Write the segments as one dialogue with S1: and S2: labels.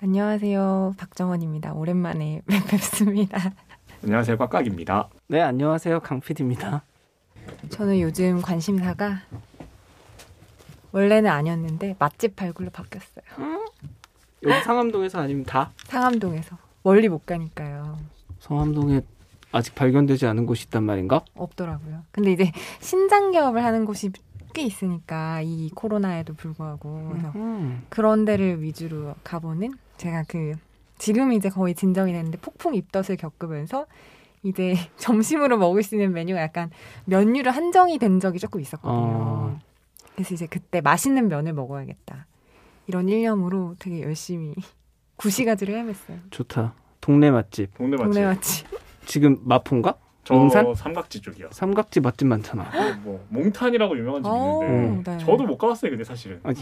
S1: 안녕하세요. 박정원입니다. 오랜만에 뵙습니다.
S2: 안녕하세요. 꽉꽉입니다.
S3: 네, 안녕하세요. 강피디입니다.
S1: 저는 요즘 관심사가 원래는 아니었는데 맛집 발굴로 바뀌었어요.
S3: 여기 상암동에서 아니면 다?
S1: 상암동에서 멀리 못 가니까요.
S3: 성암동에 아직 발견되지 않은 곳이 있단 말인가?
S1: 없더라고요. 근데 이제 신장 개업을 하는 곳이 꽤 있으니까 이 코로나에도 불구하고 그래서
S3: 음.
S1: 그런 데를 위주로 가보는 제가 그 지금 이제 거의 진정이 됐는데 폭풍 입덧을 겪으면서 이제 점심으로 먹을 수 있는 메뉴가 약간 면류로 한정이 된 적이 조금 있었거든요.
S3: 어.
S1: 그래서 이제 그때 맛있는 면을 먹어야겠다. 이런 일념으로 되게 열심히 구시가지를 헤맸어요.
S3: 좋다. 동네 맛집.
S2: 동네 맛집.
S1: 동네 맛집.
S3: 지금 마포인가?
S2: 저
S3: 용산?
S2: 삼각지 쪽이요.
S3: 삼각지 맛집 많잖아.
S2: 뭐 몽탄이라고 유명한 집이
S1: 어,
S2: 있는데
S1: 네.
S2: 저도 못 가봤어요. 근데 사실은
S3: 아니,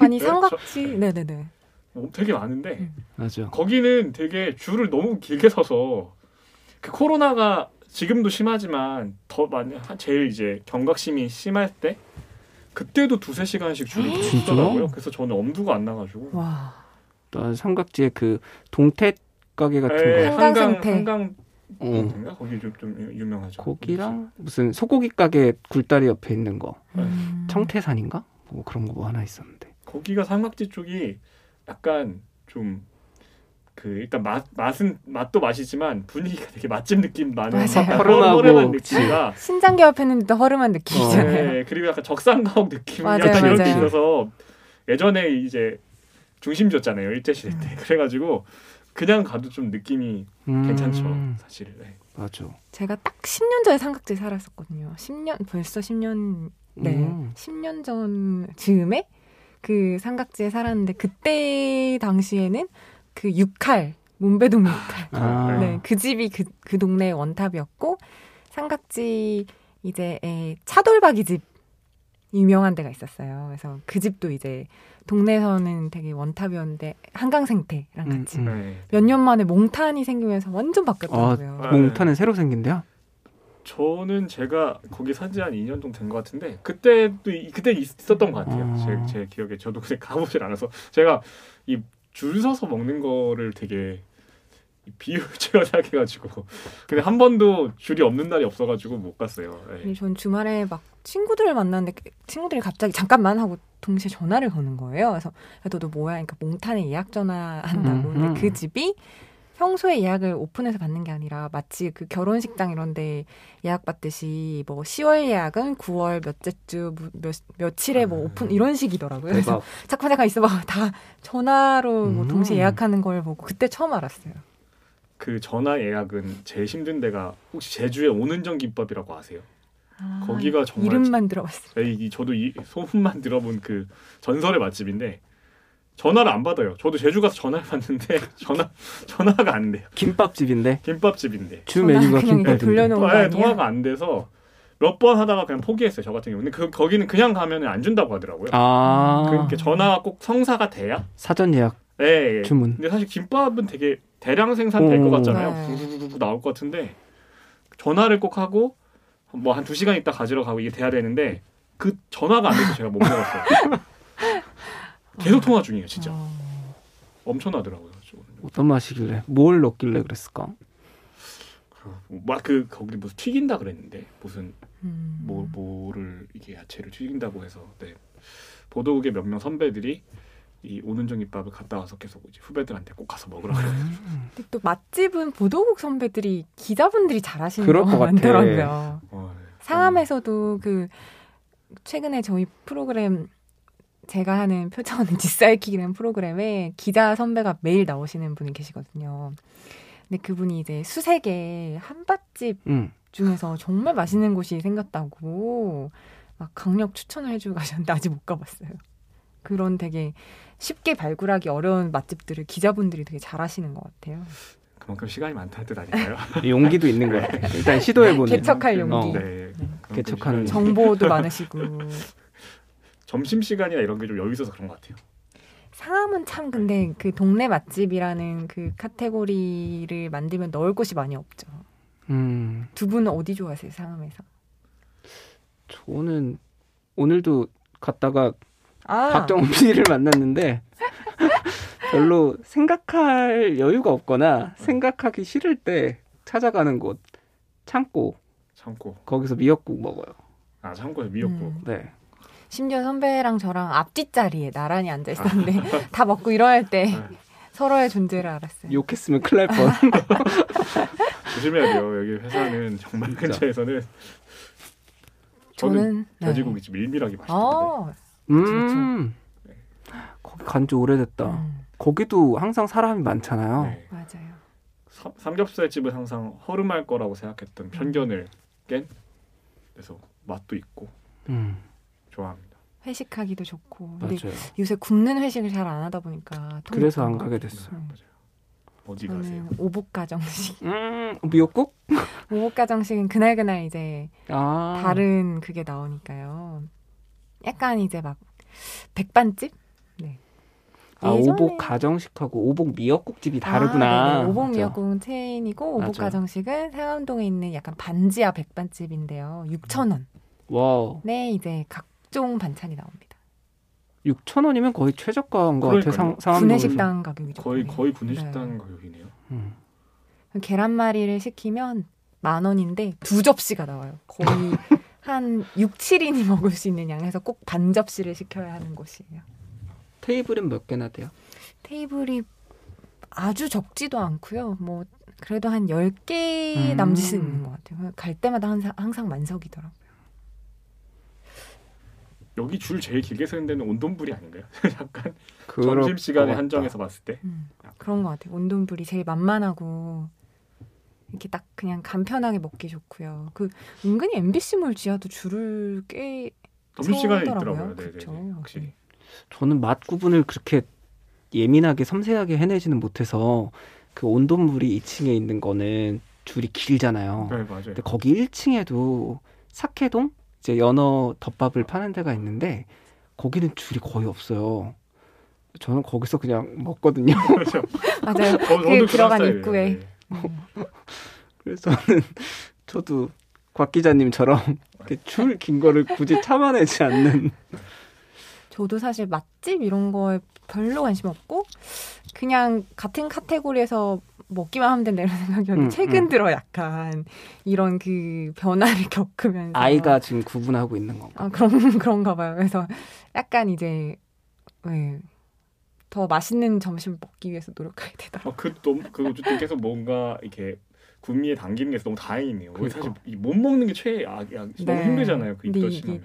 S1: 아니
S2: 저-
S1: 삼각지. 네네네.
S2: 뭐 되게 많은데
S1: 음.
S3: 맞아.
S2: 거기는 되게 줄을 너무 길게 서서 그 코로나가 지금도 심하지만 더 많이 하- 제일 이제 경각심이 심할 때 그때도 두세 시간씩 줄을
S1: 에이?
S2: 서더라고요.
S3: 진짜요?
S2: 그래서 저는 엄두가 안 나가지고
S1: 와.
S3: 나 삼각지에 그 동태 가게
S2: 에,
S3: 같은 거.
S1: 한강
S2: 예, 한강
S1: 상태.
S2: 한강
S3: 어.
S2: 인가 거기 좀, 좀 유- 유명하죠.
S3: 고기랑 무슨 소고기 가게 굴다리 옆에 있는 거.
S2: 네.
S1: 음.
S3: 청태산인가? 뭐 그런 거 뭐 하나 있었는데.
S2: 거기가 삼각지 쪽이 약간 좀 그 일단 맛 맛은 맛도 맛이지만 분위기가 되게 맛집 느낌 나는
S1: 맞아요.
S2: 약간
S3: 허름하고, 어.
S2: 허름한
S3: 그치.
S2: 느낌이라
S1: 신장 개업했는데 또 허름한 느낌이잖아요.
S2: 네, 그리고 약간 적산가옥 느낌
S1: 맞아요,
S2: 약간 이런 게
S1: 맞아요.
S2: 있어서 예전에 이제 중심지였잖아요 일제시대 때 그래가지고 그냥 가도 좀 느낌이
S3: 음,
S2: 괜찮죠 사실 네.
S3: 맞아.
S1: 제가 딱 10년 전에 삼각지에 살았었거든요. 10년 벌써 10년 네.
S3: 음.
S1: 10년 전 즈음에 그 삼각지에 살았는데 그때 당시에는 그 육칼 문배동 육칼
S3: 아.
S1: 네, 그 집이 그, 그 동네 원탑이었고 삼각지 이제 에, 차돌박이 집 유명한 데가 있었어요. 그래서 그 집도 이제 동네에서는 되게 원탑이었는데 한강생태랑
S3: 음,
S1: 같이
S3: 음.
S2: 네.
S1: 몇 년 만에 몽탄이 생기면서 완전 바뀌었더라고요.
S3: 네.
S2: 아,
S3: 몽탄은 새로 생긴데요.
S2: 저는 제가 거기 산지 한 2년 정도 된 것 같은데 그때도 이- 그때 있었던 것 같아요.
S3: 아.
S1: 음.
S2: 제, 제 기억에 저도 그때 가보질 않아서 제가 이 줄 서서 먹는 거를 되게 비효율적으로 생각해가지고 근데 한 번도 줄이 없는 날이 없어가지고 못 갔어요. 예.
S1: 아니, 전 주말에 막 친구들을 만났는데 그 친구들이 갑자기 잠깐만 하고 동시에 전화를 거는 거예요. 그래서 야, 너도 뭐야? 그러니까 몽탄에 예약 전화 한다고.
S3: 음, 음.
S1: 근데 그 집이 평소에 예약을 오픈해서 받는 게 아니라 마치 그 결혼식장 이런데 예약 받듯이 뭐 10월 예약은 9월 몇째 주 무- 몇, 며칠에 뭐 오픈 이런 식이더라고요. 그래서
S3: 대박.
S1: 잠깐 잠깐 있어봐 다 전화로 뭐
S3: 음.
S1: 동시에 예약하는 걸 보고 그때 처음 알았어요.
S2: 그 전화 예약은 제일 힘든 데가 혹시 제주의 오는정 김밥이라고 아세요? 거기가 정말
S1: 음. 이름만 들어봤어요.
S2: 에이, 이- 저도 이 소문만 들어본 그 전설의 맛집인데 전화를 안 받아요. 저도 제주 가서 전화를 받는데 전화 전화가 안 돼요.
S3: 김밥집인데
S2: 김밥집인데
S3: 주
S1: 전화
S3: 메뉴가
S1: 아,
S3: 네,
S1: 그냥 이렇게
S3: 김밥인데.
S1: 돌려놓은 거
S2: 통화- 예,
S1: 아니야?
S2: 통화가 안 돼서 몇 번 하다가 그냥 포기했어요. 저 같은 경우. 근데 그, 거기는 그냥 가면 안 준다고 하더라고요.
S3: 아
S2: 그러니까 전화가 꼭 성사가 돼야.
S3: 사전 예약
S2: 예, 예.
S3: 주문.
S2: 근데 사실 김밥은 되게 대량 생산될 것
S3: 오.
S2: 같잖아요.
S1: 네.
S2: 부르르르 나올 것 같은데 전화를 꼭 하고 뭐 한 두 시간 있다 가지러 가고 이게 돼야 되는데 그 전화가 안 돼서 제가 못 먹었어요. 계속 통화 중이에요, 진짜.
S1: 어.
S2: 엄청나더라고요. 저거는.
S3: 어떤 맛이길래 뭘 넣길래 그랬을까?
S2: 막 그 거기 무슨 튀긴다 그랬는데 무슨
S1: 음.
S2: 뭐 뭐를 이게 야채를 튀긴다고 해서 네. 보도국의 몇 명 선배들이 이 오는정 김밥을 갔다 와서 계속 이제 후배들한테 꼭 가서 먹으라고
S1: 근데 또 맛집은 보도국 선배들이 기자분들이 잘하시는
S3: 그럴
S1: 거
S3: 것 같아. 음.
S1: 많더라고요.
S2: 어, 네.
S1: 상암에서도 그 최근에 저희 프로그램 제가 하는 표정은 뒷살키기라는 프로그램에 기자 선배가 매일 나오시는 분이 계시거든요. 근데 그분이 이제 수색에 한밭집
S3: 음.
S1: 중에서 정말 맛있는 곳이 생겼다고 막 강력 추천을 해주고 가셨는데 아직 못 가봤어요. 그런 되게 쉽게 발굴하기 어려운 맛집들을 기자분들이 되게 잘하시는 것 같아요.
S2: 그만큼 시간이 많다는 뜻 아닌가요?
S3: 용기도 있는 거야. 일단 시도해 보는.
S1: 개척할 용기.
S3: 어.
S2: 네. 그만큼
S3: 개척하는
S2: 시간이-
S3: 정-
S1: 정보도 많으시고
S2: 점심 시간이나 이런 게 좀 여유 있어서 그런 것 같아요.
S1: 상암은 참 근데 그 동네 맛집이라는 그 카테고리를 만들면 넣을 곳이 많이 없죠.
S3: 음.
S1: 두 분은 어디 좋아하세요 상암에서?
S3: 저는 오늘도 갔다가
S1: 아
S3: 박정훈 PD를 만났는데 별로 생각할 여유가 없거나 생각하기 싫을 때 찾아가는 곳 창고
S2: 참고
S3: 거기서 미역국 먹어요.
S2: 아 참고에 미역국
S1: 음.
S3: 네.
S1: 심지어 선배랑 저랑 앞뒷 자리에 나란히 앉아 있었는데 다 먹고 일어날 때
S2: 네.
S1: 서로의 존재를 알았어요.
S3: 욕했으면 큰일 날 뻔.
S2: 조심해야 돼요. 여기 회사는 정말
S3: 진짜.
S2: 근처에서는
S1: 저는 네.
S2: 돼지고기 집 밀밀하게 맛있던데.
S1: 어,
S3: 음. 거기 간 지 오래됐다.
S1: 음,
S3: 거기도 항상 사람이 많잖아요.
S1: 어.
S2: 네.
S1: 맞아요.
S2: 삼- 삼겹살 집은 항상 허름할 거라고 생각했던 편견을 깬 그래서 맛도 있고
S3: 음,
S2: 좋아합니다.
S1: 회식하기도 좋고. 근데
S3: 맞아요.
S1: 요새 굽는 회식을 잘 안 하다 보니까
S3: 그래서 안
S1: 통일부가.
S3: 가게 됐어요.
S1: 음.
S2: 네, 맞아요. 어디 가세요?
S1: 저는 오복 가정식.
S3: 음, 미역국?
S1: 오복 가정식은 그날 그날 이제
S3: 아,
S1: 다른 그게 나오니까요. 약간 이제 막 백반집?
S3: 아
S1: 예전에-
S3: 오복 가정식하고 오복 미역국집이
S1: 아,
S3: 다르구나.
S1: 네네. 오복
S3: 맞아.
S1: 미역국은 체인이고 오복
S3: 맞아.
S1: 가정식은 상암동에 있는 약간 반지하 백반집인데요. 6,000원에 네,
S3: 와우,
S1: 이제 각종 반찬이 나옵니다.
S3: 6천 원이면 거의 최저가인 것 같아.
S2: 그러니까요.
S3: 상 상암동에서.
S1: 구내식당 가격이죠.
S2: 거의 거의
S1: 네.
S2: 군의식당 가격이네요.
S3: 음.
S1: 계란말이를 시키면 만 원인데 두 접시가 나와요. 거의 한 6, 7인이 먹을 수 있는 양에서 꼭 반 접시를 시켜야 하는 곳이에요.
S3: 테이블은 몇 개나 돼요?
S1: 테이블이 아주 적지도 않고요. 뭐 그래도 한 10개
S3: 음.
S1: 남짓은 있는 것 같아요. 갈 때마다 항상, 항상 만석이더라고요.
S2: 여기 줄 제일 길게 서는 데는 온돈불이 아닌가요? 약간
S3: 그럴
S2: 점심 시간에
S3: 것 같다.
S2: 한정해서 봤을 때
S1: 음, 그런 것 같아요. 온돈불이 제일 만만하고 이렇게 딱 그냥 간편하게 먹기 좋고요. 그 은근히 MBC몰 지하도 줄을 꽤
S2: 점심 시간에
S1: 세우더라고요.
S2: 있더라고요. 네, 네, 네.
S1: 그렇죠.
S2: 확실히
S3: 저는 맛 구분을 그렇게 예민하게 섬세하게 해내지는 못해서 그 온돈물이 2층에 있는 거는 줄이 길잖아요.
S2: 네 맞아요.
S3: 근데 거기 1층에도 사케동 이제 연어 덮밥을 파는 데가 있는데 거기는 줄이 거의 없어요. 저는 거기서 그냥 먹거든요.
S2: 그렇죠.
S1: 맞아요.
S2: 저- 저도 그런
S1: 들어간
S2: 스타일이에요.
S1: 입구에.
S2: 네.
S1: 음.
S3: 그래서 저는 저도 곽 기자님처럼 줄 긴 거를 굳이 참아내지 않는
S1: 저도 사실 맛집 이런 거에 별로 관심 없고 그냥 같은 카테고리에서 먹기만 하면 된다 이런 생각이었는데
S3: 음,
S1: 최근
S3: 음.
S1: 들어 약간 이런 그 변화를 겪으면서
S3: 아이가 지금 구분하고 있는 건가.
S1: 아, 그런 그런가 봐요. 그래서 약간 이제 네, 더 맛있는 점심 먹기 위해서 노력하게 되더라고요.
S2: 어, 그 너무 그 어쨌든 계속 뭔가 이렇게 군미에 당기는 게 너무 다행이네요. 우리 사실
S3: 그러니까.
S2: 이 못 먹는 게 최악이야. 너무
S1: 네.
S2: 힘들잖아요. 그
S1: 근데
S2: 입덧이.
S1: 이게-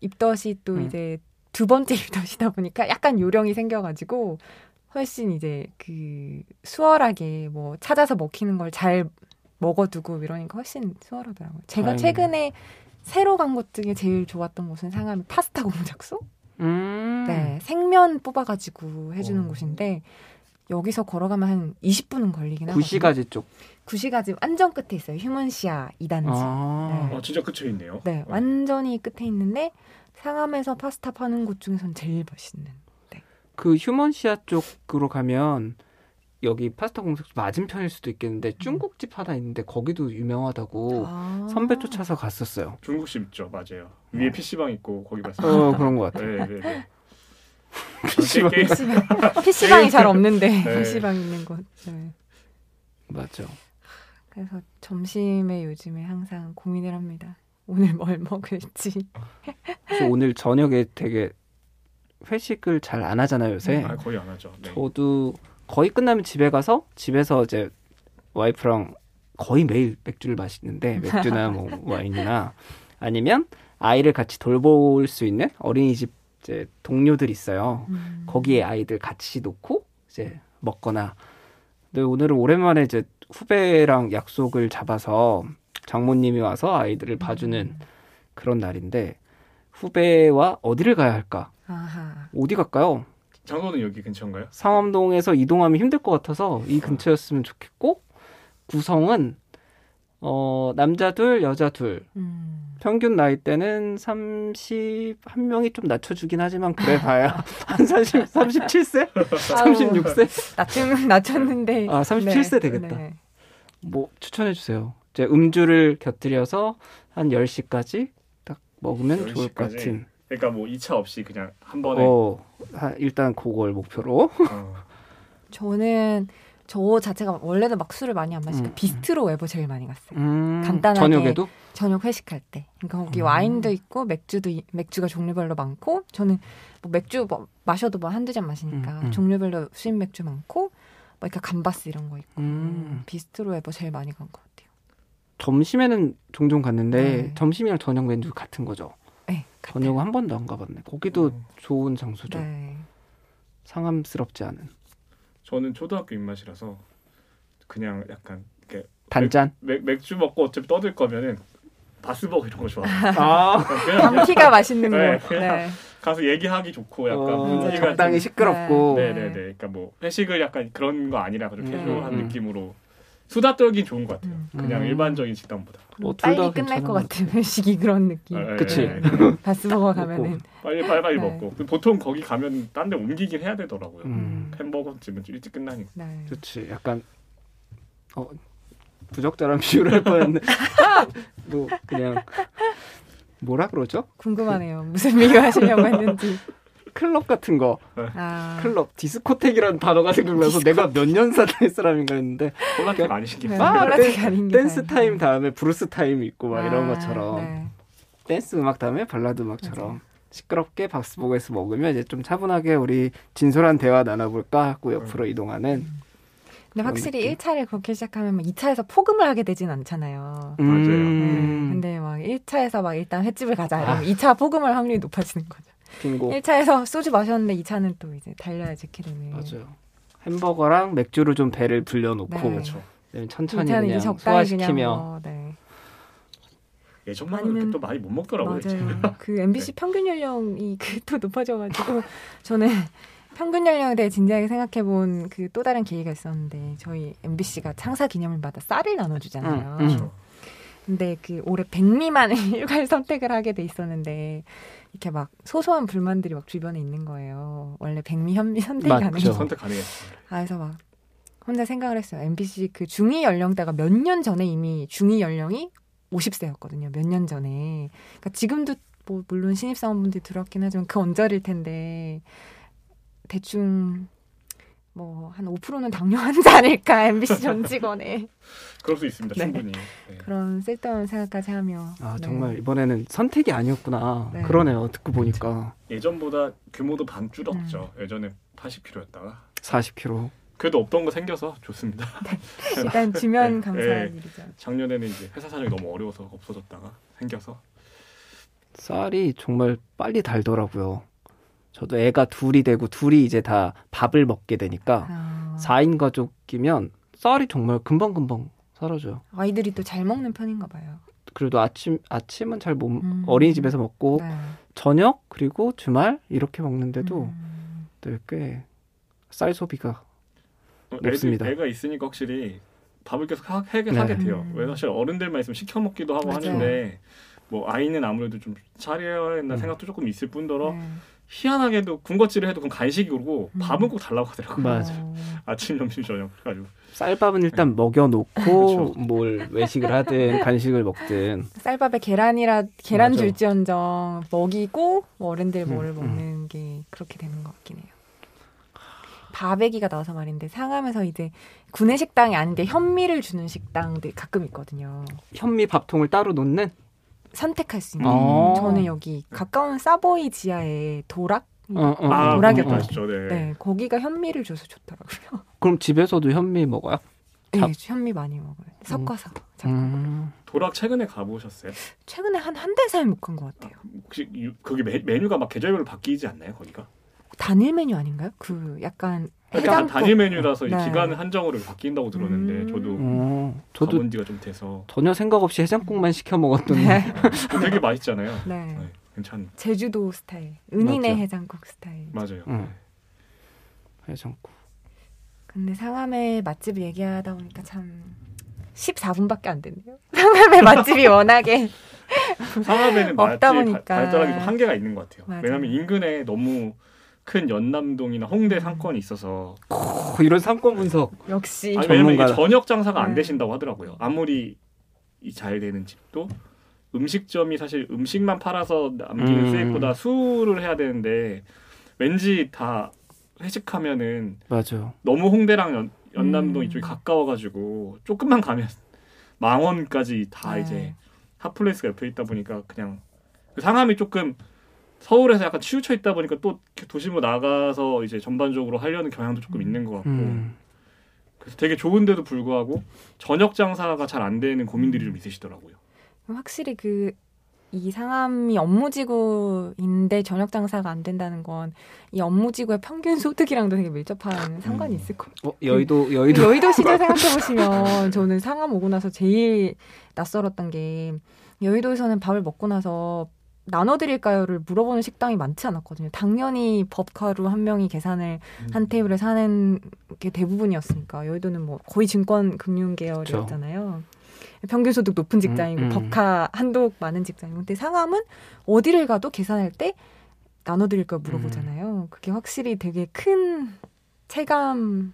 S1: 입덧이 또
S3: 음.
S1: 이제 두 번째 입덧이다 보니까 약간 요령이 생겨가지고 훨씬 이제 그 수월하게 뭐 찾아서 먹히는 걸 잘 먹어두고 이러니까 훨씬 수월하더라고요. 제가
S3: 다행이네요.
S1: 최근에 새로 간 곳 중에 제일 좋았던 곳은 상암 파스타 공작소?
S3: 음.
S1: 네, 생면 뽑아가지고 해주는
S2: 어.
S1: 곳인데 여기서 걸어가면 한 20분은 걸리긴 하거든요.
S3: 구시가지 쪽.
S1: 구시가 지금 완전 끝에 있어요. 휴먼시아 2단지.
S3: 아.
S1: 네.
S2: 아 진짜 그쳐 있네요.
S1: 네, 완전히 끝에 있는데 상암에서 파스타 파는 곳 중에선 제일 맛있는.
S3: 그 휴먼시아 쪽으로 가면 여기 파스타 공작소 맞은편일 수도 있겠는데 중국집 하나 있는데 거기도 유명하다고
S1: 아.
S3: 선배 쫓아서 갔었어요.
S2: 중국집 있죠. 맞아요. 위에 PC 방 있고 거기 봤어요.
S3: 어 그런 것 같아요.
S2: 네, 네, 네.
S3: PC방.
S2: 게임-
S1: PC방. PC방이 잘 없는데
S2: 네.
S1: PC방 있는 곳. 네.
S3: 맞죠.
S1: 그래서 점심에 요즘에 항상 고민을 합니다. 오늘 뭘 먹을지.
S3: 그래서 오늘 저녁에 되게 회식을 잘 안 음, 하잖아요 요새.
S2: 아, 거의 안 하죠. 네.
S3: 저도 거의 끝나면 집에 가서 집에서 이제 와이프랑 거의 매일 맥주를 마시는데 맥주나 뭐 와인이나 아니면 아이를 같이 돌볼 수 있는 어린이집 이제 동료들 있어요.
S1: 음.
S3: 거기에 아이들 같이 놓고 이제 먹거나. 근데 오늘은 오랜만에 이제 후배랑 약속을 잡아서 장모님이 와서 아이들을 봐주는 그런 날인데 후배와 어디를 가야 할까?
S1: 아하.
S3: 어디 갈까요?
S2: 장소는 여기 근처인가요?
S3: 상암동에서 이동하면 힘들 것 같아서 이 근처였으면 좋겠고 구성은 어 남자 둘 여자 둘
S1: 음.
S3: 평균 나이대는 31명이 좀 낮춰주긴 하지만 그래 봐야 한 30, 37세? 36세?
S1: 낮춘 낮췄는데.
S3: 아 37세
S1: 네,
S3: 되겠다
S1: 네.
S3: 뭐 추천해주세요 이제 음주를 곁들여서 한 10시까지 딱 먹으면 좋을
S2: 10시까지?
S3: 것
S2: 어, 네.
S3: 같은
S2: 그러니까 뭐 2차 없이 그냥 한 번에 어.
S3: 어 하- 일단 그걸 목표로
S1: 저는 저 자체가 원래는 막 술을 많이 안 마시니까
S3: 음.
S1: 비스트로 외부 제일 많이 갔어요.
S3: 음,
S1: 간단하게
S3: 저녁에도
S1: 저녁 회식할 때. 그러니까 거기
S3: 음.
S1: 와인도 있고 맥주도 이- 맥주가 종류별로 많고 저는 뭐 맥주 뭐 마셔도 뭐 한두 잔 마시니까
S3: 음, 음.
S1: 종류별로 수입 맥주 많고 막 이렇게 감바스 이런 거 있고
S3: 음,
S1: 비스트로에 뭐 제일 많이 간 것 같아요.
S3: 점심에는 종종 갔는데
S1: 네.
S3: 점심이랑 저녁 메뉴 같은 거죠.
S1: 네. 같아요.
S3: 저녁은 한 번도 안 가봤네. 거기도
S2: 음.
S3: 좋은 장소죠.
S1: 네.
S3: 상암스럽지 않은
S2: 저는 초등학교 입맛이라서 그냥 약간
S3: 단짠.
S2: 맥, 맥주 먹고 어차피 떠들 거면은 바스버거 이런 거 좋아.
S3: 아,
S2: 그냥
S1: 감튀가 맛있는
S2: 네.
S1: 곳. 네.
S2: 가서 얘기하기 좋고 약간
S3: 어,
S2: 분위기가 좀-
S3: 적당히 시끄럽고
S1: 음, 네.
S2: 네네네. 그러니까 뭐 회식을 약간 그런 거 아니라 그좀
S3: 음.
S2: 캐주얼한
S3: 음.
S2: 느낌으로 수다 떨긴 좋은 것 같아요.
S1: 음.
S2: 그냥
S3: 음. 어,
S2: 일반적인 식당보다.
S1: 그리고
S3: 뭐둘
S1: 빨리
S3: 다
S1: 끝날
S3: 괜찮은
S1: 것
S3: 것
S1: 같은 회식이 그런 느낌. 네.
S2: 아, 예,
S3: 음. 그치.
S2: 예, 예.
S1: 바스버거 가면은
S2: 빨리 빨리 빨리
S1: 네.
S2: 먹고 보통 거기 가면 딴 데 옮기긴 해야 되더라고요.
S3: 음.
S2: 햄버거 집은 좀 일찍 끝나니까.
S1: 네.
S3: 그렇지. 약간 어 부적절한 비유를 할 뻔했네. 뭐 그냥 뭐라 그러죠?
S1: 궁금하네요. 무슨 비유 하시려고 했는지.
S3: 클럽 같은 거,
S1: 아.
S3: 클럽 디스코텍이라는 단어가 생각나서 내가 몇 년 살 사람인가 했는데
S2: 콜라텍 아니시긴
S1: 네.
S2: 네.
S3: 아,
S1: 클럽이 아닌 게
S3: 댄스
S1: 다행이다. 네.
S3: 타임 다음에 브루스 타임 있고 막 이런
S1: 아,
S3: 것처럼
S1: 네.
S3: 댄스 음악 다음에 발라드 음악처럼 시끄럽게 박스복에서 먹으면 이제 좀 차분하게 우리 진솔한 대화 나눠볼까 하고
S1: 네.
S3: 옆으로 이동하는
S1: 근데
S3: 그런
S1: 확실히
S3: 느낌.
S1: 1차를 그렇게 시작하면 막 2차에서 포금을 하게 되진 않잖아요.
S3: 음,
S2: 맞아요.
S1: 네. 근데 막 1차에서 막 일단 횟집을 가자 이러면
S3: 아. 뭐
S1: 2차 포금할 확률이 높아지는 거죠.
S3: 빙고
S1: 1차에서 소주 마셨는데 2차는 또 이제 달려야 제키되는.
S3: 맞아요. 햄버거랑 맥주로 좀 배를 불려놓고
S1: 네.
S2: 그렇죠.
S3: 그다음에
S1: 2차는
S3: 천천히
S1: 이제
S3: 그냥
S1: 적당히 그냥
S3: 소화시키며
S1: 뭐, 네.
S2: 예전만
S1: 아니면-
S2: 아니면... 그렇게 또 많이 못 먹더라고요. 이제. 네.
S1: 맞아요. 그 MBC 평균 연령이 그 또 높아져가지고 저는 평균 연령에 대해 진지하게 생각해본 그 또 다른 계기가 있었는데 저희 MBC가 창사 기념을 받아 쌀을 나눠주잖아요.
S3: 음, 음.
S2: 그렇죠.
S1: 근데 그 올해 백미만을 일괄 선택을 하게 돼 있었는데 이렇게 막 소소한 불만들이 막 주변에 있는 거예요. 원래 백미 현미 선택이
S3: 맞죠.
S1: 가능해요.
S2: 선택 가능해요.
S1: 아, 그래서 막 혼자 생각을 했어요. MBC 그 중위 연령대가 몇 년 전에 이미 중위 연령이 50세였거든요. 몇 년 전에. 그러니까 지금도 뭐 물론 신입사원분들이 들어왔긴 하지만 그 언저리일 텐데 대충 뭐 한 5%는 당뇨환자 아닐까 MBC 전 직원의
S2: 그럴 수 있습니다.
S1: 네.
S2: 충분히. 네.
S1: 그런 쓸데없는 생각까지 하며
S3: 아
S1: 네.
S3: 정말 이번에는 선택이 아니었구나
S1: 네.
S3: 그러네요 듣고 보니까
S2: 예전보다 규모도 반 줄었죠.
S1: 음.
S2: 예전에 80kg였다가
S1: 네.
S3: 40kg
S2: 그래도 없던 거 생겨서 좋습니다.
S1: 일단 주면
S2: 네.
S1: 감사한
S2: 네.
S1: 일이죠.
S2: 작년에는 이제 회사 사정이 너무 어려워서 없어졌다가 생겨서
S3: 쌀이 정말 빨리 달더라고요. 저도 애가 둘이 되고 둘이 이제 다 밥을 먹게 되니까
S1: 아,
S3: 4인 가족이면 쌀이 정말 금방 금방 사라져요.
S1: 아이들이 또 잘 먹는 편인가 봐요.
S3: 그래도 아침 아침은 잘 못
S1: 음.
S3: 어린이집에서 먹고
S1: 네.
S3: 저녁 그리고 주말 이렇게 먹는데도 네,
S1: 음.
S3: 꽤쌀 소비가
S2: 어, 애들-
S3: 없습니다.
S2: 애가 있으니까 확실히 밥을 계속 하, 게
S3: 네.
S2: 하게 돼요.
S1: 음.
S2: 왜 사실 어른들만 있으면 시켜 먹기도 하고
S1: 맞아요.
S2: 하는데 뭐 아이는 아무래도 좀 차려야 된다
S3: 음.
S2: 생각도 조금 있을 뿐더러
S1: 네.
S2: 희한하게도 군것질을 해도 그건 간식이 오고
S1: 음.
S2: 밥은 꼭 달라고 하더라고요.
S3: 맞아.
S1: 어.
S2: 아침, 점심, 저녁 그래가지고
S3: 쌀밥은 일단 먹여놓고 네. 그렇죠. 뭘 외식을 하든 간식을 먹든
S1: 쌀밥에 계란이라 계란
S3: 맞아.
S1: 줄지언정 먹이고 뭐 어른들 뭐를
S3: 음,
S1: 먹는 게 그렇게 되는 것 같긴 해요. 밥 얘기가 나와서 말인데 상암에서 이제 구내 식당이 아닌데 현미를 주는 식당들 가끔 있거든요.
S3: 현미 밥통을 따로 놓는
S1: 선택할 수
S2: 음.
S1: 있는.
S3: 아.
S1: 저는 여기 가까운 싸보이 지하에 도락
S3: 어, 어,
S2: 아
S3: 어,
S1: 도락이었다.
S3: 어, 어.
S2: 그렇죠. 네.
S1: 네 거기가 현미를 줘서 좋더라고요.
S3: 그럼 집에서도 현미 먹어요?
S1: 네,
S3: 밥.
S1: 현미 많이 먹어요. 섞어서. 자꾸.
S3: 음.
S2: 도락 최근에 가보셨어요?
S1: 최근에 한 한 달 사이 못 간 것 같아요.
S2: 혹시 유- 거기 메, 메뉴가 막 계절별로 바뀌지 않나요? 거기가?
S1: 단일 메뉴 아닌가요? 그 약간
S2: 약간
S1: 해장국
S2: 그러니까 단일 메뉴라서 이
S1: 네.
S2: 기간 한정으로 바뀐다고 들었는데
S1: 음.
S2: 저도
S3: 어, 저도
S2: 가본 지가 좀 돼서
S3: 전혀 생각 없이 해장국만 시켜 먹었던
S1: 네.
S2: 되게 맛있잖아요.
S1: 네.
S2: 네, 괜찮
S1: 제주도 스타일, 은인의
S3: 맞죠.
S1: 해장국 스타일.
S2: 맞아요.
S3: 음. 해장국.
S1: 근데 상암의 맛집 얘기하다 보니까 참 14분밖에 안 됐네요. 상암의 맛집이 워낙에
S2: 상암에는 맛집
S1: 없다 보니까.
S2: 발달하기 좀 한계가 있는 것 같아요.
S1: 맞아요.
S2: 왜냐하면 인근에 너무 큰 연남동이나 홍대 상권이 있어서
S3: 어, 이런 상권 분석.
S1: 역시
S2: 아니, 왜냐면 이게
S3: 전문가다.
S2: 저녁 장사가 안
S1: 네.
S2: 되신다고 하더라고요. 아무리 이잘 되는 집도 음식점이 사실 음식만 팔아서 남기는
S3: 음.
S2: 수익보다 수를 해야 되는데 왠지 다 회식하면은
S3: 맞아.
S2: 너무 홍대랑 연, 연남동
S1: 음.
S2: 이쪽이 가까워가지고 조금만 가면 망원까지 다
S1: 네.
S2: 이제 핫플레이스가 옆에 있다 보니까 그냥 그 상암이 조금 서울에서 약간 치우쳐 있다 보니까 또 이렇게 도심으로 나가서 이제 전반적으로 하려는 경향도 조금 있는 것 같고
S3: 음.
S2: 그래서 되게 좋은데도 불구하고 저녁 장사가 잘 안 되는 고민들이 좀 있으시더라고요.
S1: 확실히 그 이 상암이 업무지구인데 저녁 장사가 안 된다는 건 이 업무지구의 평균 소득이랑도 되게 밀접한
S2: 음.
S1: 상관이 있을 것 같아요.
S3: 어, 여의도 여의도
S1: 여의도 시절 생각해 보시면 저는 상암 오고 나서 제일 낯설었던 게 여의도에서는 밥을 먹고 나서 나눠드릴까요를 물어보는 식당이 많지 않았거든요. 당연히 법카루 한 명이 계산을 음. 한 테이블에 사는 게 대부분이었으니까 여의도는 뭐 거의 증권 금융 계열이었잖아요. 평균 소득 높은 직장이고
S3: 음, 음.
S1: 법카 한독 많은 직장이고 근데 상암은 어디를 가도 계산할 때 나눠드릴 걸 물어보잖아요.
S3: 음.
S1: 그게 확실히 되게 큰 체감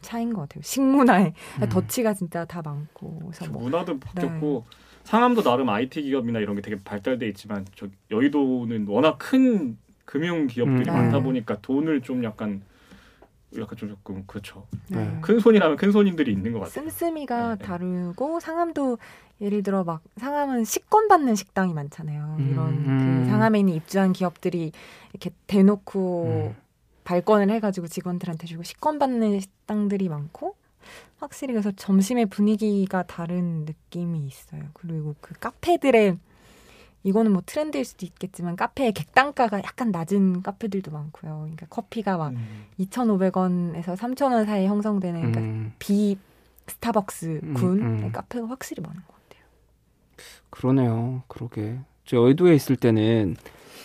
S1: 차인 것 같아요. 식문화에
S3: 음.
S1: 덫치가 진짜 다 많고 그래서 뭐 네.
S2: 문화도 바뀌었고 상암도 나름 IT 기업이나 이런 게 되게 발달돼 있지만 저 여의도는 워낙 큰 금융 기업들이
S3: 음.
S2: 많다
S1: 네.
S2: 보니까 돈을 좀 약간 약간 좀 조금 그렇죠.
S1: 네.
S2: 큰 손이라면 큰 손님들이 있는 것 같아요.
S1: 씀씀이가
S2: 네, 네.
S1: 다르고 상암도 예를 들어 막 상암은 식권 받는 식당이 많잖아요.
S3: 음.
S1: 이런
S3: 음.
S1: 그 상암에 있는 입주한 기업들이 이렇게 대놓고
S3: 음.
S1: 발권을 해가지고 직원들한테 주고 식권 받는 식당들이 많고 확실히 그래서 점심의 분위기가 다른 느낌이 있어요. 그리고 그 카페들의 이거는 뭐 트렌드일 수도 있겠지만 카페의 객단가가 약간 낮은 카페들도 많고요. 그러니까 커피가 막
S2: 음.
S1: 2,500원에서 3,000원 사이에 형성되는 그러니까
S3: 음.
S1: 비 스타벅스
S3: 음,
S1: 군 네,
S3: 음.
S1: 카페가 확실히 많은 것 같아요.
S3: 그러네요. 그러게. 저 여의도에 있을 때는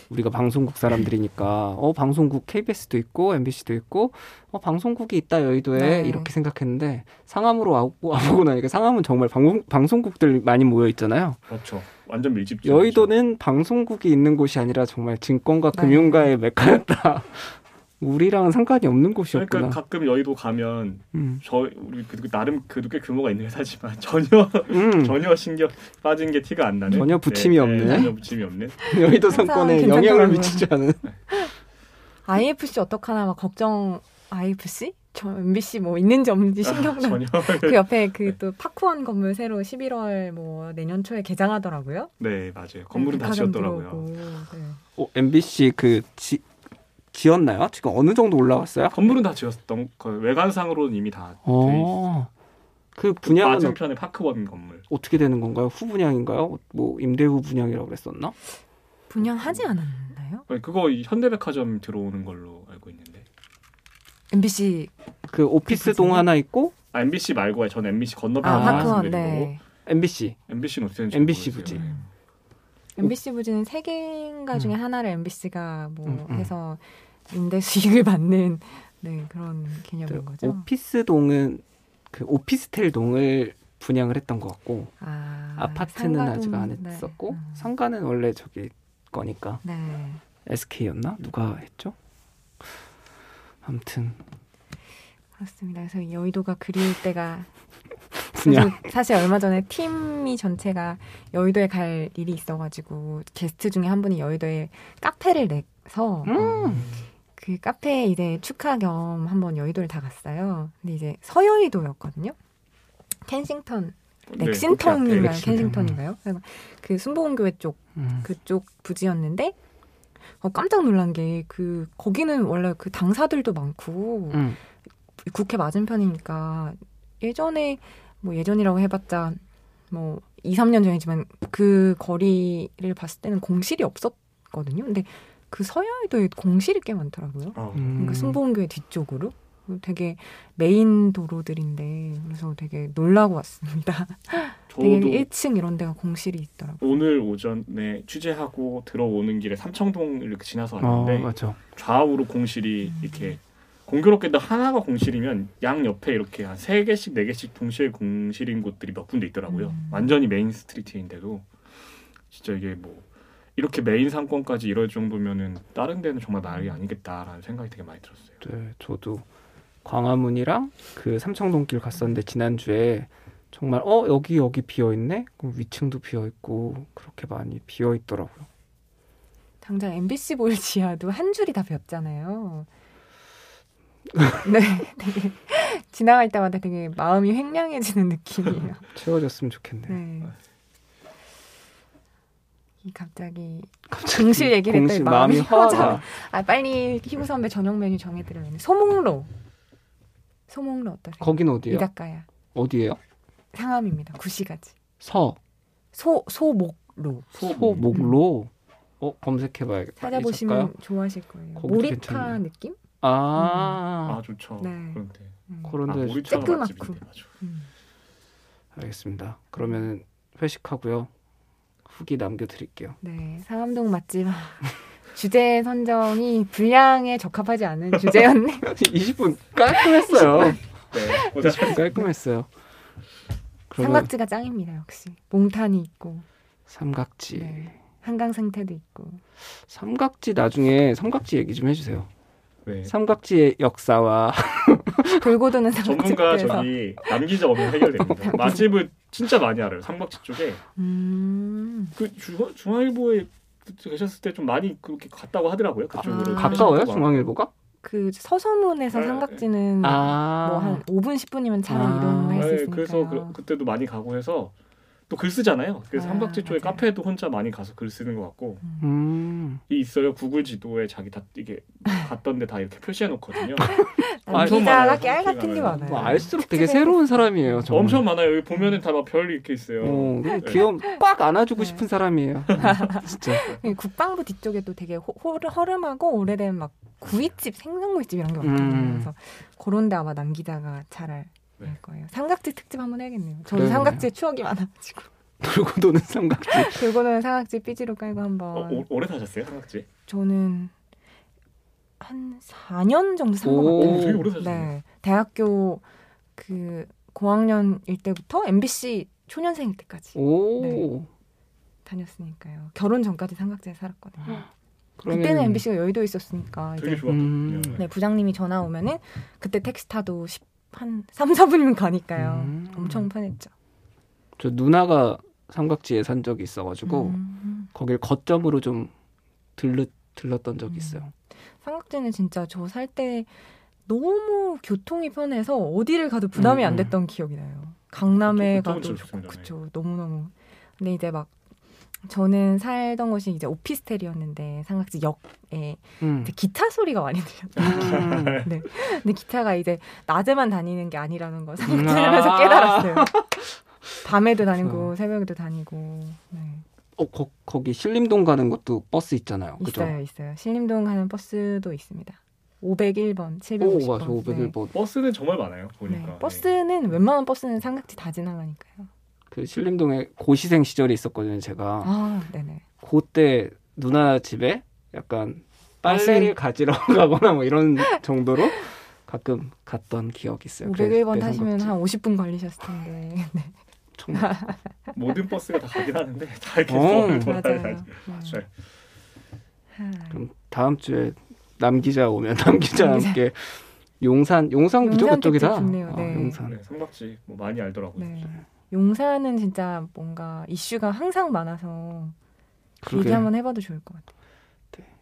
S3: 우리가 방송국 사람들이니까 어 방송국 KBS도 있고 MBC도 있고 어 방송국이 있다 여의도에
S1: 네.
S3: 이렇게 생각했는데 상암으로 와고 와보고 나니까 상암은 정말 방송 방송국들 많이 모여 있잖아요.
S2: 그렇죠. 완전 밀집.
S3: 여의도는 방송국이 있는 곳이 아니라 정말 증권과
S1: 네.
S3: 금융가의 메카였다. 우리랑 상관이 없는 곳이었구나.
S2: 그러니까 가끔 여의도 가면
S3: 음.
S2: 저 우리 그, 그 나름 그도 꽤 규모가 있는 회사지만 전혀
S3: 음.
S2: 전혀 신경 빠진 게 티가 안 나는
S3: 전혀 부침이 없네.
S2: 전혀 부침이 없네.
S3: 여의도
S1: 항상
S3: 상권에
S1: 괜찮더라고요.
S3: 영향을 미치지 않은.
S1: IFC 어떡하나 막 걱정 IFC? 저 MBC 뭐 있는지 없는지 신경 나.
S2: 아, 전혀 네.
S1: 그 옆에 그 또 파쿠원 건물 새로 11월 뭐 내년 초에 개장하더라고요.
S2: 네 맞아요. 건물은 다
S1: 백화점
S2: 지었더라고요.
S1: 들어오고, 네.
S3: 어, MBC 그 지, 지었나요? 지금 어느 정도 올라왔어요?
S2: 건물은 다 지었던 거- 외관상으로는 이미 다
S3: 어. 그 분양은 어,
S2: 맞은편에 파크원 건물.
S3: 어떻게 되는 건가요? 후분양인가요? 뭐 임대후 분양이라고 그랬었나?
S1: 분양하지 않았나요?
S2: 아니, 그거 이 현대백화점 들어오는 걸로 알고 있는데.
S1: MBC
S3: 그 오피스
S1: 그치.
S3: 동 하나 있고
S2: 아, MBC 말고 전 MBC 건너편
S3: 아,
S1: 파쿠원
S2: 말씀드리고
S1: 네.
S3: MBC.
S2: MBC는 어떻게 되는지
S3: MBC
S2: 모르겠어요.
S1: 부지.
S2: 네.
S1: MBC 부지는 세
S2: 음.
S1: 개인가 중에 하나를 MBC가 뭐
S3: 음, 음.
S1: 해서 임대 수익을 받는 네 그런 개념인 거죠.
S3: 오피스 동은 그 오피스텔 동을 분양을 했던 것 같고
S1: 아,
S3: 아파트는 아직 안
S1: 상가동, 네.
S3: 했었고
S1: 음.
S3: 상가는 원래 저기 거니까
S1: 네.
S3: SK였나? 누가 했죠? 아무튼
S1: 그렇습니다. 그래서 여의도가 그리울 때가
S3: 분양.
S1: 저도 사실 얼마 전에 팀이 전체가 여의도에 갈 일이 있어가지고 게스트 중에 한 분이 여의도에 카페를 내서
S3: 음.
S1: 그 카페에 이제 축하 겸 한번 여의도를 다 갔어요. 근데 이제 서여의도였거든요. 켄싱턴,
S2: 네,
S1: 렉싱턴인가요?
S2: 그렇게 앞에
S1: 켄싱턴인가요? 그래서 그 순복음교회 쪽
S3: 음.
S1: 그쪽 부지였는데 어, 깜짝 놀란 게 그 거기는 원래 그 당사들도 많고
S3: 음.
S1: 국회 맞은편이니까 예전에 뭐 예전이라고 해봤자 뭐 2, 3년 전이지만 그 거리를 봤을 때는 공실이 없었거든요. 근데 그 서야에도 공실이 꽤 많더라고요.
S2: 어.
S1: 그러니까 순복음교회 뒤쪽으로 되게 메인 도로들인데 그래서 되게 놀라고 왔습니다. 되게
S2: 저도
S1: 1층 이런 데가 공실이 있더라고요.
S2: 오늘 오전에 취재하고 들어오는 길에 삼청동 이렇게 지나서
S3: 어,
S1: 아,
S2: 왔는데
S3: 맞죠.
S2: 좌우로 공실이 이렇게 공교롭게도 하나가 공실이면 양 옆에 이렇게 한 세 개씩 네 개씩 동시에 공실인 곳들이 몇 군데 있더라고요.
S1: 음.
S2: 완전히 메인 스트리트인데도 진짜 이게 뭐 이렇게 메인 상권까지 이럴 정도면은 다른 데는 정말 말이 아니겠다라는 생각이 되게 많이 들었어요.
S3: 네, 저도 광화문이랑 그 삼청동길 갔었는데 지난주에 정말 어 여기 여기 비어 있네. 그럼 위층도 비어 있고 그렇게 많이 비어 있더라고요.
S1: 당장 MBC 볼 지하도 한 줄이 다 비었잖아요. 네, 되게 지나갈 때마다 되게 마음이 횡량해지는 느낌이에요.
S3: 채워졌으면 좋겠네. 요
S1: 네. 이 갑자기
S3: 갑자기
S1: 공실 얘기를 했더니
S3: 공실
S1: 마음이
S3: 화가
S1: 허하다. 아 빨리 희구 선배 저녁 메뉴 정해드려야겠네. 소목로. 소목로 어떠세요?
S3: 거긴 어디예요?
S1: 이닭가야
S3: 어디예요?
S1: 상암입니다. 구시가지.
S3: 서
S1: 소 소목로
S3: 소목로 어 검색해봐야겠다. 아, 이 작가요?
S1: 찾아보시면 좋아하실 거예요.
S3: 거기도
S1: 모리타
S3: 괜찮네요.
S1: 느낌?
S2: 아
S3: 아,
S2: 좋죠.
S1: 네.
S2: 그런데
S1: 음.
S2: 아,
S3: 그런데
S2: 우리 처럼
S1: 쬐끄맣고.
S2: 맛집인데 맞아.
S1: 음.
S3: 알겠습니다. 그러면 회식하고요. 후기 남겨드릴게요.
S1: 네, 상암동 맛집. 아, 주제 선정이 분량에 적합하지 않은 주제였네.
S3: 20분 깔끔했어요.
S2: 네. 고생-
S3: 20분 깔끔했어요. 그러면
S1: 삼각지가 짱입니다, 역시. 몽탄이 있고
S3: 삼각... 지
S1: 네. 한강 생태도 있고.
S3: 삼각지 나중에 삼각지 얘기 좀 해주세요.
S2: 네.
S3: 삼각지의 역사와
S1: 돌고 도는
S2: 전문가
S1: 삼각지에서.
S2: 저기 남기자 없는 해결됩니다. 맛집을 진짜 많이 알아요. 삼박지 쪽에
S1: 음.
S2: 그 중, 중앙일보에 계셨을 때 좀 많이 그렇게 갔다고 하더라고요. 그쪽으로
S1: 아.
S3: 가까워요?
S2: 하셨다고
S3: 중앙일보가?
S1: 그 서서문에서
S2: 네.
S1: 삼각지는
S3: 아,
S1: 뭐 한 5분 10분이면 차로
S3: 아.
S1: 이동할 수
S2: 네,
S1: 있으니까.
S2: 그래서 그, 그때도 많이 가고 해서 또 글 쓰잖아요. 그래서
S1: 아,
S2: 삼박지 쪽에
S1: 맞아요.
S2: 카페도 혼자 많이 가서 글 쓰는 것 같고
S3: 음,
S2: 이 있어요. 구글 지도에 자기 다 이게 갔던데 다 이렇게 표시해 놓거든요.
S3: 아,
S2: 엄청
S1: 남기자가
S2: 많아요,
S1: 깨알 같은 게
S2: 삼각지가.
S1: 많아요.
S3: 뭐 알수록 되게 새로운 사람이에요. 정말.
S2: 엄청 많아요. 여기 보면은 다 막 별 이렇게 있어요.
S3: 어, 그리고 귀여움 꽉 안아주고
S1: 네.
S3: 싶은 사람이에요. 진짜.
S1: 예, 국방부 뒤쪽에 또 되게 호, 호, 허름하고 오래된 막 구이집, 생선구이집 이런 게
S3: 음.
S1: 많거든요. 그래서 그런 데 아마 남기다가 잘알
S2: 네.
S1: 거예요. 삼각지 특집 한번 해야겠네요. 저도
S3: 그래요.
S1: 삼각지에 추억이 많아가지고
S3: 돌고 도는 삼각지.
S1: 들고는 삼각지 삐지로 깔고 한번.
S2: 어, 오, 오래 사셨어요 삼박지?
S1: 저는 한 4년 정도 산 것
S2: 오,
S3: 오.
S1: 같아요.
S2: 되게 오래 사셨네요.
S1: 네, 대학교 그 고학년일 때부터 MBC 초년생일 때까지
S3: 오.
S1: 네. 다녔으니까요. 결혼 전까지 삼각지에 살았거든요.
S3: 그러면-
S1: 그때는 MBC가 여의도에 있었으니까
S2: 되게
S1: 이제
S2: 좋았거든요.
S3: 음.
S1: 네, 부장님이 전화 오면은 그때 택시 타도 10, 한 3, 4분이면 가니까요.
S3: 음.
S1: 엄청 편했죠.
S3: 저 누나가 삼각지에 산 적이 있어가지고
S1: 음.
S3: 거길 거점으로 좀 들르, 들렀던 적이
S1: 음.
S3: 있어요.
S1: 삼각지는 진짜 저 살 때 너무 교통이 편해서 어디를 가도 부담이
S3: 음,
S1: 안
S3: 음.
S1: 됐던 기억이 나요. 강남에
S2: 그쪽은
S1: 가도
S2: 진짜
S1: 좋고
S2: 좋습니다.
S1: 그쵸 너무너무. 근데 이제 막 저는 살던 곳이 이제 오피스텔이었는데 삼각지 역에
S3: 음.
S1: 이제 기타 소리가 많이 들렸다.
S3: 음.
S1: 근데 기타가 이제 낮에만 다니는 게 아니라는 걸
S3: 음.
S1: 삼각지하면서
S3: 아.
S1: 깨달았어요. 밤에도 다니고
S3: 그렇구나.
S1: 새벽에도 다니고 네.
S3: 어, 거, 거기 신림동 가는 것도 버스 있잖아요. 그죠?
S1: 있어요 있어요. 신림동 가는 버스도 있습니다. 501번, 750번. 네.
S3: 오, 그, 뭐, 맞아. 501번.
S2: 버스는 정말 많아요. 보니까. 네.
S3: 네.
S1: 버스는 웬만한 버스는 삼각지 다 지나가니까요.
S3: 그 신림동에 고시생 시절이 있었거든요, 제가.
S1: 아, 네네.
S3: 그때 누나 집에 약간
S1: 다시-
S3: 빨래를 가지러 가거나 뭐 이런 정도로 가끔 갔던 기억이 있어요. 그래서
S1: 501번
S3: 내
S1: 타시면
S3: 삼각지.
S1: 한 50분 걸리셨을 텐데. 네.
S3: 정말
S2: 네. 모든 버스가 다 가긴 하는데 다 이렇게
S3: 어.
S2: 서울
S1: 맞아요.
S2: 돌아다니고.
S1: 네. 하,
S3: 그럼 다음 주에 남 기자 오면 남 기자
S1: 남 기자.
S3: 함께 용산 용산 그죠
S1: 용산
S3: 그쪽이다.
S1: 쪽도 좋네요.
S3: 아,
S1: 네.
S3: 용산.
S2: 네, 삼박지 뭐 많이 알더라고요.
S1: 네. 용산은 진짜 뭔가 이슈가 항상 많아서 얘기
S3: 그러게
S1: 한번 해봐도 좋을 것 같아요.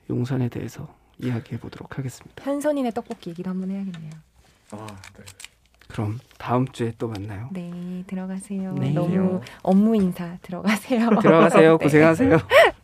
S3: 용산에 대해서 이야기해 보도록 하겠습니다.
S1: 현선인의 떡볶이 얘기를 한번 해야겠네요.
S2: 아, 네.
S3: 그럼 다음 주에 또 만나요.
S1: 네, 들어가세요.
S3: 네.
S1: 너무 업무 인사 들어가세요.
S3: 들어가세요.
S1: 네.
S3: 고생하세요.